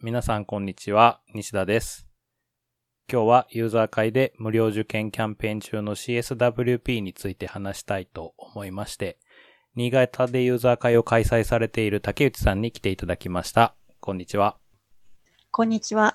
皆さんこんにちは、西田です。今日はユーザー会で無料受験キャンペーン中の CSWP について話したいと思いまして、新潟でユーザー会を開催されている竹内さんに来ていただきました。こんにちは。こんにちは。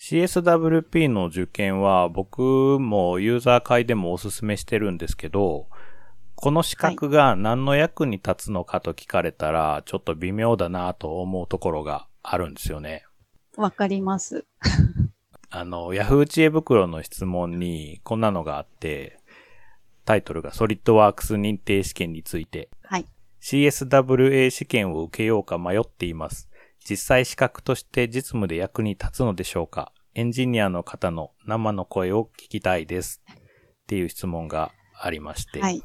CSWP の受験は僕もユーザー会でもおすすめしてるんですけど、この資格が何の役に立つのかと聞かれたら、ちょっと微妙だなと思うところがあるんですよね。わかります。あの、Yahoo 知恵袋の質問にこんなのがあって、タイトルがソリッドワークス認定試験について、はい。 CSWA 試験を受けようか迷っています。実際資格として実務で役に立つのでしょうかエンジニアの方の生の声を聞きたいです。っていう質問がありまして、はい。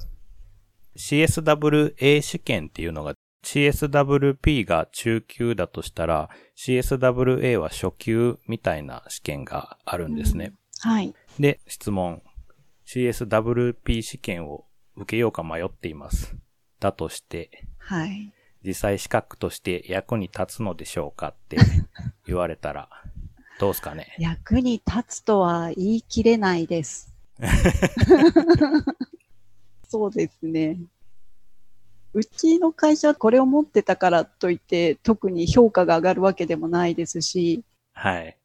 CSWA 試験っていうのが CSWP が中級だとしたら CSWA は初級みたいな試験があるんですね。はい。で、質問。CSWP 試験を受けようか迷っています。だとして、はい。実際資格として役に立つのでしょうかって言われたら、どうすかね。役に立つとは言い切れない です。そうですね。うちの会社はこれを持ってたからといって特に評価が上がるわけでもないですし、はい。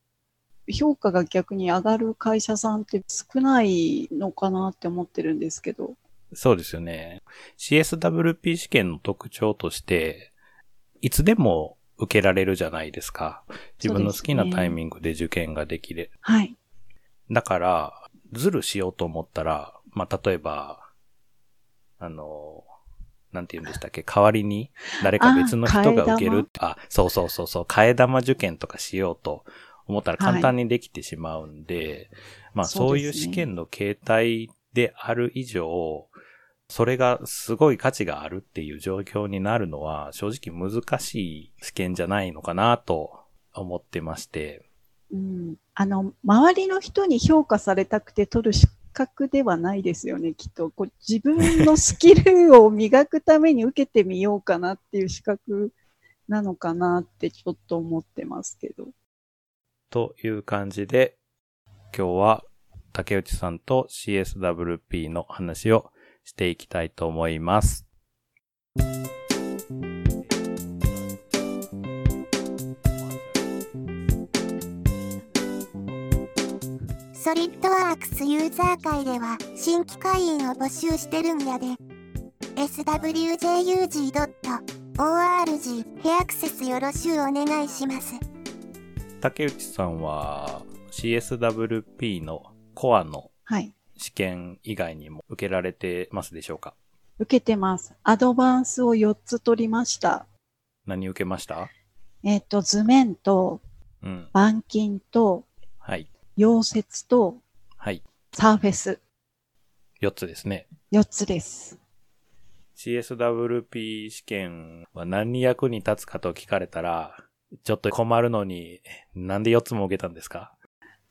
評価が逆に上がる会社さんって少ないのかなって思ってるんですけど。そうですよね。CSWP 試験の特徴として、いつでも受けられるじゃないですか。自分の好きなタイミングで受験ができる。はい。だから、ズルしようと思ったら、まあ、例えば、あの、なんて言うんでしたっけ、代わりに誰か別の人が受けるあ、そうそうそうそう、替え玉受験とかしようと思ったら簡単にできてしまうんで、まあ、そそうういですねう試験の形態である以上、それがすごい価値があるっていう状況になるのは、正直難しい試験じゃないのかなと思ってまして、うん。あの、周りの人に評価されたくて取る資格ではないですよね、きっと。こう自分のスキルを磨くために受けてみようかなっていう資格なのかなってちょっと思ってますけど。という感じで、今日は竹内さんと CSWP の話をしていきたいと思います。ソリッドワークスユーザー会では新規会員を募集してるんやで swjug.org へアクセスよろしゅうお願いします竹内さんは CSWP のコアのはい。試験以外にも受けられてますでしょうか受けてます。アドバンスを4つ取りました。何受けましたえっ、と、図面と、うん。板金と、はい。溶接と、はい。サーフェス。 4つですね。 4つです。 CSWP 試験は何に役に立つかと聞かれたら、ちょっと困るのに、なんで4つも受けたんですか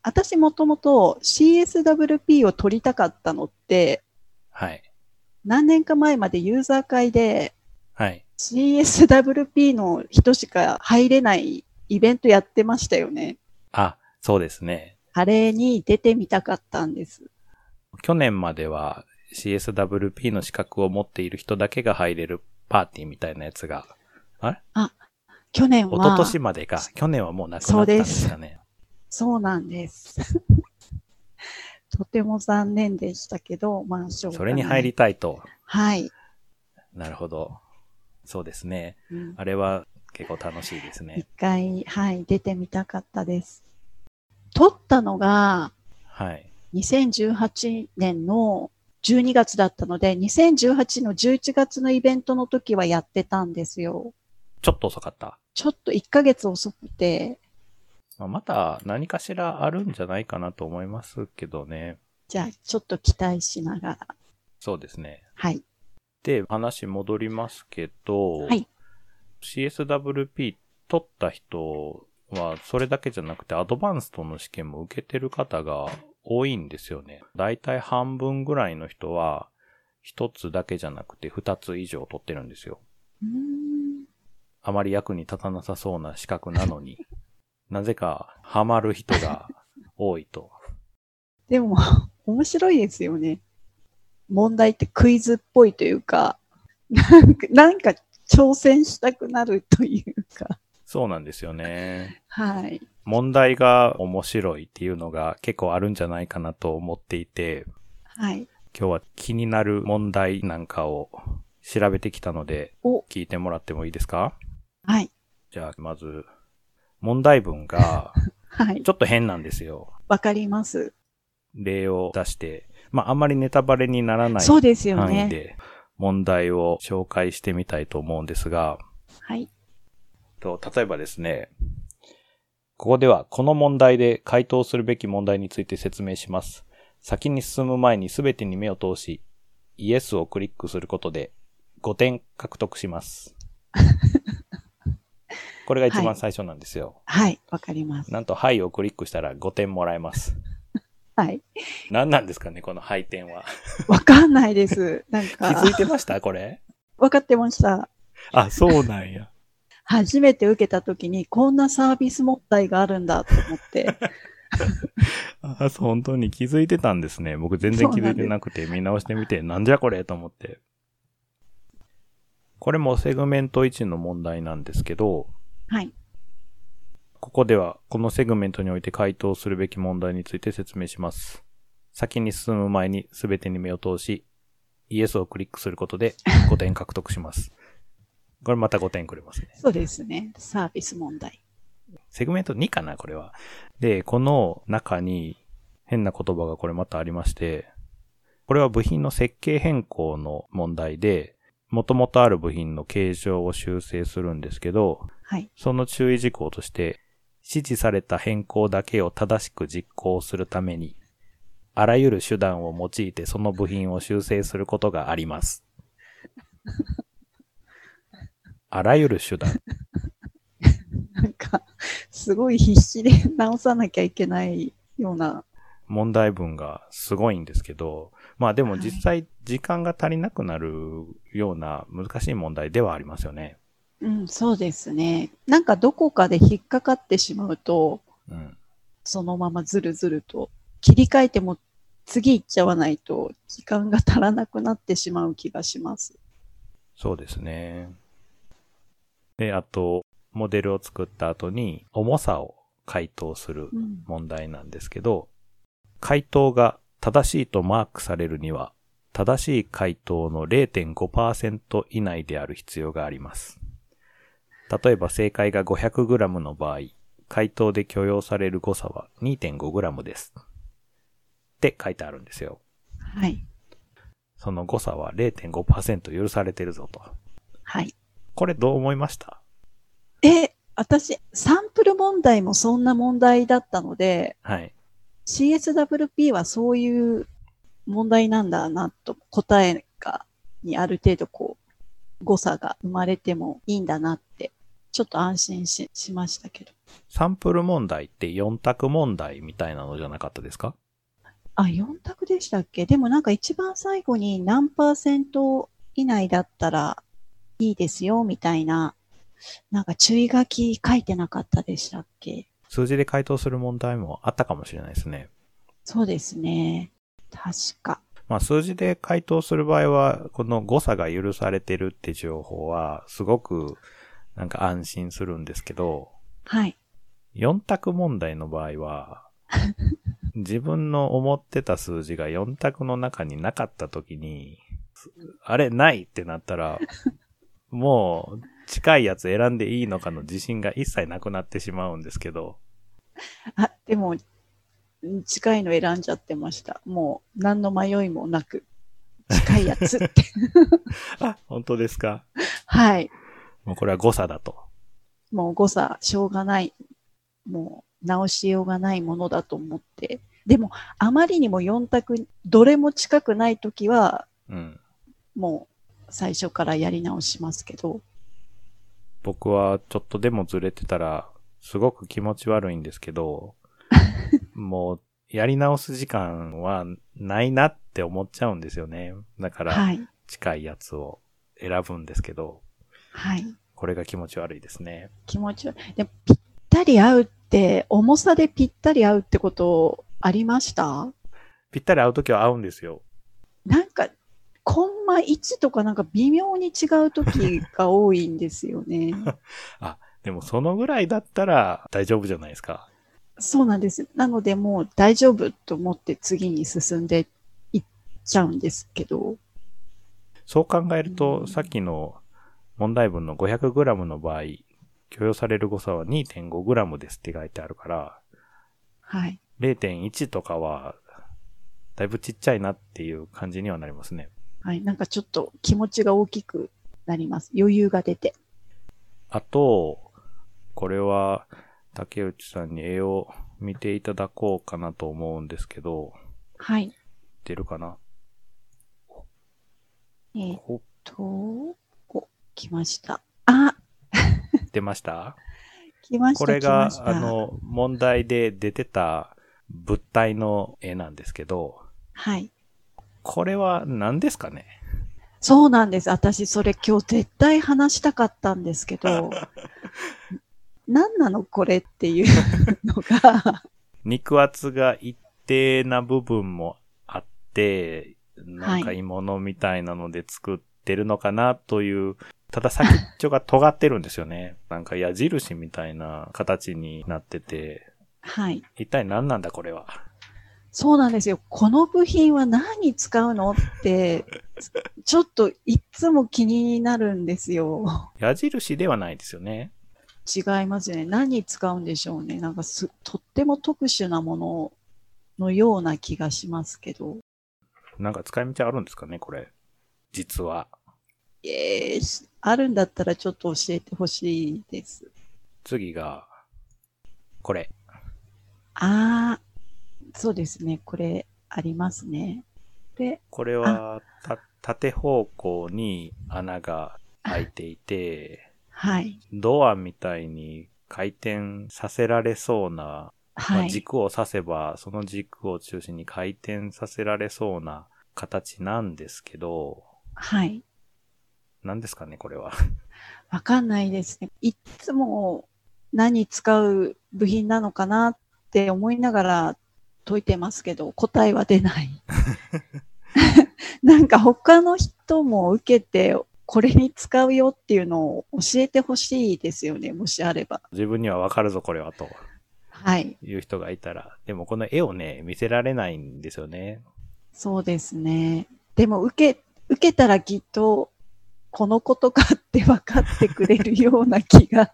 私もともと CSWP を取りたかったのって、はい。何年か前までユーザー会ではい。 CSWP の人しか入れないイベントやってましたよね。あ、そうですね。あれに出てみたかったんです。去年までは CSWP の資格を持っている人だけが入れるパーティーみたいなやつが、去年一は昨。年までか、去年はもうなくなったんですかね。そうなんです。 とても残念でしたけど、まあ、しょうがないそれに入り。たいと。はい。なるほど。そうですね。うんあれは結構楽しいですね一。回、はい、出てみたかったです。取ったのが、はい。 2018年の12月だったので、2018の11月のイベントの時はやってたんですよ。ちょっと遅かった。ちょっと1ヶ月遅くて、まあまた何かしらあるんじゃないかなと思いますけどね。じゃあちょっと期待しながら。そうですね。はい。で、話戻りますけど、はい CSWP 取った人は、それだけじゃなくて、アドバンストの試験も受けてる方が多いんですよね。だいたい半分ぐらいの人は、一つだけじゃなくて二つ以上取ってるんですよ。うーん あまり役に立たなさそうな資格なのに。なぜかハマる人が多いと。でも、 面白いですよね。問題ってクイズっぽいというか、なんか、なんか挑戦したくなるというか。そうなんですよね。はい。問題が面白いっていうのが結構あるんじゃないかなと思っていて、はい。今日は気になる問題なんかを調べてきたので、お、聞いてもらってもいいですかはい。じゃあ、まず、問題文 がはいち。ょっと変なんですよ。わかります。例を出して、まあ、あんまりネタバレにならないそうですよ範囲ね。で問題を紹介してみたいと思うんですが、はい。と、例えばですね、ここではこの問題で回答するべき問題について説明します。先に進む前に全てに目を通し、イエスをクリックすることで5点獲得します。これが一は番い最初なんですよ。はい。わかります。なんと、はいをクリックしたら5点もらえます。はい。何なんですかね、この配点は。わかんな いです。なん気づいか、てましたこれ。わかってました。あ、そうなんや。初めて受けたときに、こんなサービス問題があるんだと 思って。あ そう本当に気づいてたんですね。僕全然気づいてなくて見直してみて、なんじゃこれと思って。これもセグメント1の問題なんですけど、はい。ここではこのセグメントにおいて回答するべき問題について説明します。先に進む前に全てに目を通し、イエスをクリックすることで5点獲得します。これまた5点くれますね。そうですね。サービス問題。セグメント2かな、これは。で、この中に変な言葉がこれまたありまして、これは部品の設計変更の問題で、元々ある部品の形状を修正するんですけど、はい。その注意事項として、指示された変更だけを正しく実行するために、あらゆる手段を用いてその部品を修正することがあります。あらゆる手段。なんか、すごい必死で直さなきゃいけないような。問題文がすごいんですけど、まあでも実際時間が足りなくなるような難しい問題ではありますよね。うん、そうですね。なんかどこかで引っかかってしまうと、うん。そのままずるずると切り替えても次行っちゃわないと時間が足らなくなってしまう気がします。そうですね。で、あと、モデルを作った後に重さを回答するうん、問題なんですけど、回答が正しいとマークされるには、正しい回答の0.5%以内である必要があります。例えば正解が 500g の場合、回答で許容される誤差は 2.5g です。って書いてあるんですよ。はい。その誤差は0.5%許されてるぞと。はい。これどう思いましたえ、私、サンプル問題もそんな問題だったので、はい。 CSWP はそういう問題なんだなと、答えが、にある程度こう、誤差が生まれてもいいんだなって、ちょっと安心ししましたけど。サンプル問題って4択問題みたいなのじゃなかったですかあ、4択でしたっけでもなんか一番最後に何パーセント以内だったらいいですよ、みたいな、なんか注意書き書いてなかったでしたっけ数字で回答する問題もあったかもしれないですね。そうですね。確か。まあ数字で回答する場合は、この誤差が許されてるって情報は、すごくなんか安心するんですけど、はい。 4択問題の場合は、自分の思ってた数字が4択の中になかった時に、あれないってなったら、もう近いやつ選んでいいのかの自信が一切なくなってしまうんですけど、あ、でも、うん近いの選んじゃってました。もう、何の迷いもなく、近いやつ って。あ、本当ですかはい。もうこれは誤差だと。もう誤差、しょうがない。もう、直しようがないものだと思って。でも、あまりにも4択、どれも近くないときは、うん。もう、最初からやり直しますけど。僕はちょっとでもずれてたら、すごく気持ち悪いんですけ ど、もう、やり直す時間はないなって思っちゃうんですよね。だから、はい。近いやつを選ぶんですけど、はい。これが気持ち悪いですね。気持ち悪い。でも、ぴったり合うって重さでぴったり合うってことありましたぴったり合うときは合うんですよ。なんか、コンマ1とかなんか微妙に違うときが多いんですよ ね。でもそのぐらいだったら大丈夫じゃないですか。そうなんです。なのでもう大丈夫と思って次に進んでいっちゃうんですけど。そう考えるうと、んさっきの問題文の 500g の場合、許容される誤差は 2.5g ですって書いてあるから、はい。 0.1とかは、だいぶちっちゃいなっていう感じにはなりますね。はい。なんかちょっと気持ちが大きくなります。余裕が出て。あと、これは、竹内さんに絵を見ていただこうかなと思うんですけど、はい。出るかなえーっほと、お、来ました。あ、出ました来ました。これ来がまし、たあ、の、問題で出てた物体の絵なんですけど、はい。これは何ですかねそうなんです。私、それ今日絶対話したかったんですけ ど、何なのこれっていうのが、肉厚が一定な部分もあって、なんかはい鋳物みたいなので作ってるのかなという、ただ先っちょが尖ってるんですよね。 なんか矢印みたいな形になってて、はい。一体何なんだこれは。そうなんですよ。この部品は何に使うのって、ちょっといつも気になるんですよ。矢印ではないですよね。違いますよね。何に使うんでしょうね。なんかす、とっても特殊なもののような気がしますけど。なんか使い道あるんですかね、これ。実は。えーしあるんだったらちょっと教えてほしいです。次が、これ。ああ、そうですね。これありますね。で、これは、た、縦方向に穴が開いていて、はい。ドアみたいに回転させられそうな、まはあい。軸を刺せば、その軸を中心に回転させられそうな形なんですけど、はい。何ですかね、これは。 わかんないですね。いつも何使う部品なのかなって思いながら解いてますけど、答えは出 ない。なんか他の人も受けて、これに使うよっていうのを教えてほしいですよね、もしあれば。自分にはわかるぞ、これは、とはい。いう人がいたら。でも、この絵をね、見せられないんですよね。そうですね。でも受け、受けたらきっと、このことかって分かってくれるような気が。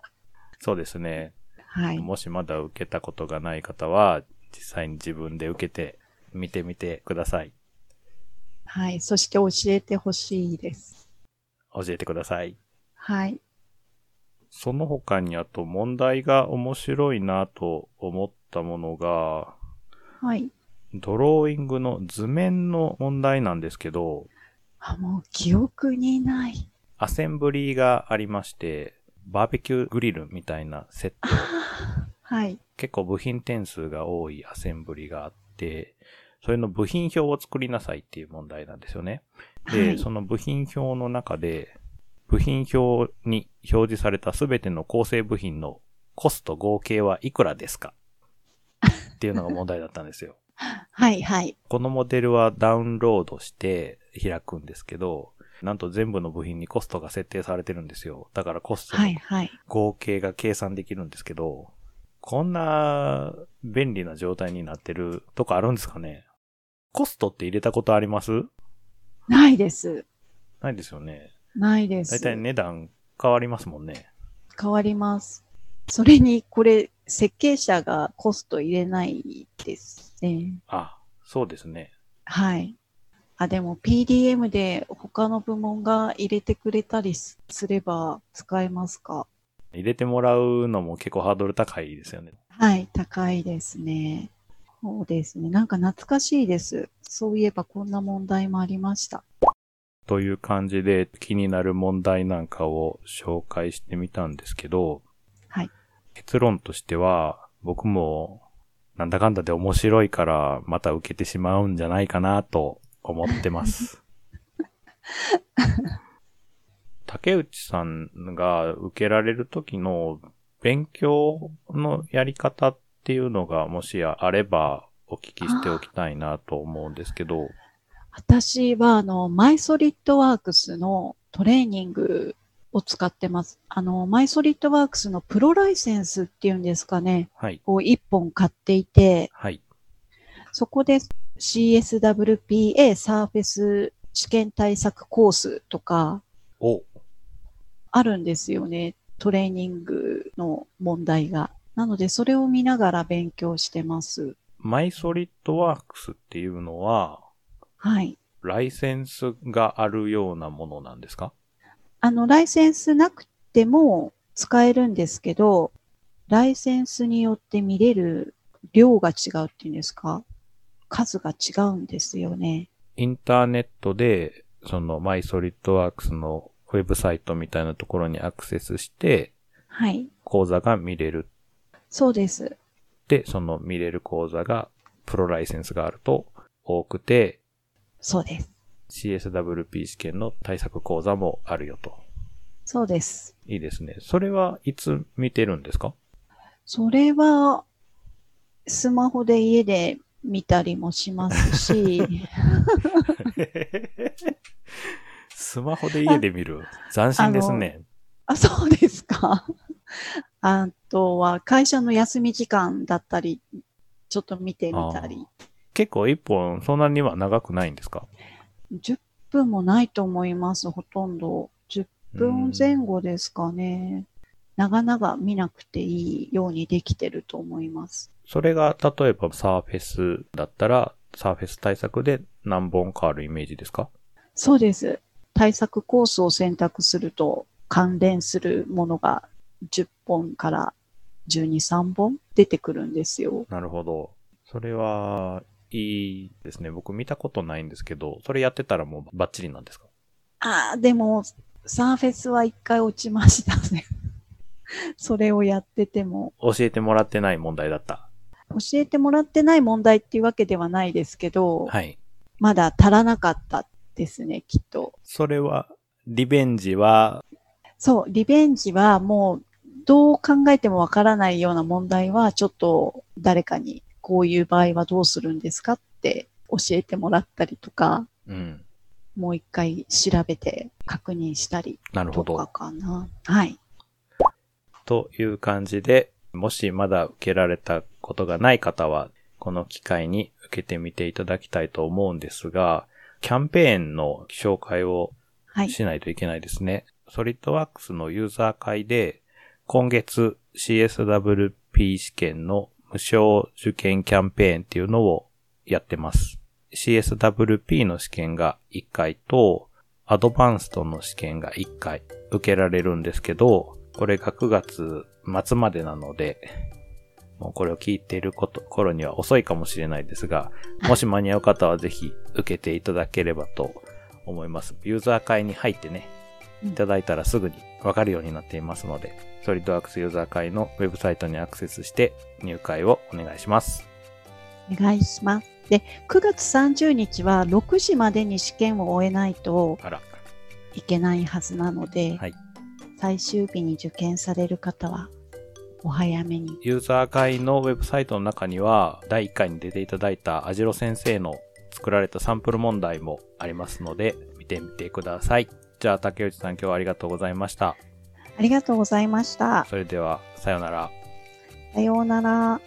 そうですね。はい。もしまだ受けたことがない方は、実際に自分で受けて見てみてください。はい。そして教えてほしいです。教えてください。はい。その他にあと問題が面白いなと思ったものが、はい。ドローイングの図面の問題なんですけど、あ、もう記憶にない。アセンブリーがありまして、バーベキューグリルみたいなセットああ。はい。結構部品点数が多いアセンブリがあって、それの部品表を作りなさいっていう問題なんですよね。で、はいその部品表の中で、部品表に表示されたすべての構成部品のコスト合計はいくらですかっていうのが問題だったんですよ。 はい、はい。このモデルはダウンロードして開くんですけど、なんと全部の部品にコストが設定されてるんですよ。だからコストのはい、はい。合計が計算できるんですけど、こんな便利な状態になってるとこあるんですかねコストって入れたことありますないです。ないですよね。ないです。だいたい値段変わりますもんね。変わります。それに、これ、設計者がコスト入れないですね。あ、そうですね。はい。あ、でも PDM で他の部門が入れてくれたりすすれば使えますか入れてもらうのも結構ハードル高いですよね。はい、高いですね。そうですね。なんか懐かしいです。そういえばこんな問題もありました。という感じで気になる問題なんかを紹介してみたんですけど、はい結論としては、僕もなんだかんだで面白いからまた受けてしまうんじゃないかなと思って ます。竹内さんが受けられる時の勉強のやり方っていうのがもしあればお聞きしておきたいなと思うんですけど、私は、あの、マイソリッドワークスのトレーニングを使ってます。あの、マイソリッドワークスのプロライセンスっていうんですかね、はい、を1本買っていて、はい、そこで CSWPA サーフェス試験対策コースとかお、あるんですよね。トレーニングの問題が。なので、それを見ながら勉強してます。マイソリッドワークスっていうのは、はい。ライセンスがあるようなものなんですかあの、ライセンスなくても使えるんですけど、ライセンスによって見れる量が違うっていうんですか数が違うんですよね。インターネットで、そのマイソリッドワークスのウェブサイトみたいなところにアクセスして、はい。講座が見れるそうです。で、その見れる講座が、プロライセンスがあると多くて、そうです。 CSWP 試験の対策講座もあるよと。そうです。いいですね。それはいつ見てるんですかそれは、スマホで家で見たりもしますし、スマホで家で見る。斬新ですね。あ、そうですか。あとは、会社の休み時間だったり、ちょっと見てみたり。結構一本そんなには長くないんですか10分もないと思います、ほとんど。10分前後ですかね。長々見なくていいようにできてると思います。それが例えばサーフェスだったら、サーフェス対策で何本かあるイメージですかそうです。対策コースを選択すると、関連するものが10本から12、3本出てくるんですよ。なるほど。それは、いいですね。僕見たことないんですけど、それやってたらもうバッチリなんですかああ、でも、サーフェスは一回落ちましたね。 それをやってても。教えてもらってない問題だった。教えてもらってない問題っていうわけではないですけど、はい。まだ足らなかったですね、きっと。それは、リベンジは、そう、リベンジはもう、どう考えてもわからないような問題は、ちょっと誰かに、こういう場合はどうするんですかって教えてもらったりとか、うん。もう一回調べて確認したりなるほとかど。かな。はい。という感じで、もしまだ受けられたことがない方は、この機会に受けてみていただきたいと思うんですが、キャンペーンの紹介をはい。しないといけないですね。ソリッドワークスのユーザー会で、今月 CSWP 試験の無償受験キャンペーンっていうのをやってます。CSWP の試験が1回と、アドバンストの試験が1回受けられるんですけど、これが9月末までなので、もうこれを聞いていること頃には遅いかもしれないですが、もし間に合う方はぜひ受けていただければと思います。ユーザー会に入ってね、うんいただいたらすぐにわかるようになっていますので、ソリッドワークスユーザー会のウェブサイトにアクセスして入会をお願いします。お願いします。で、9月30日は6時までに試験を終えないとあら、いけないはずなので、はい最終日に受験される方は、お早めに。ユーザー会のウェブサイトの中には、第1回に出ていただいたアジロ先生の作られたサンプル問題もありますので、見てみてください。じゃあ、竹内さん今日はありがとうございました。ありがとうございました。それでは、さようなら。さようなら。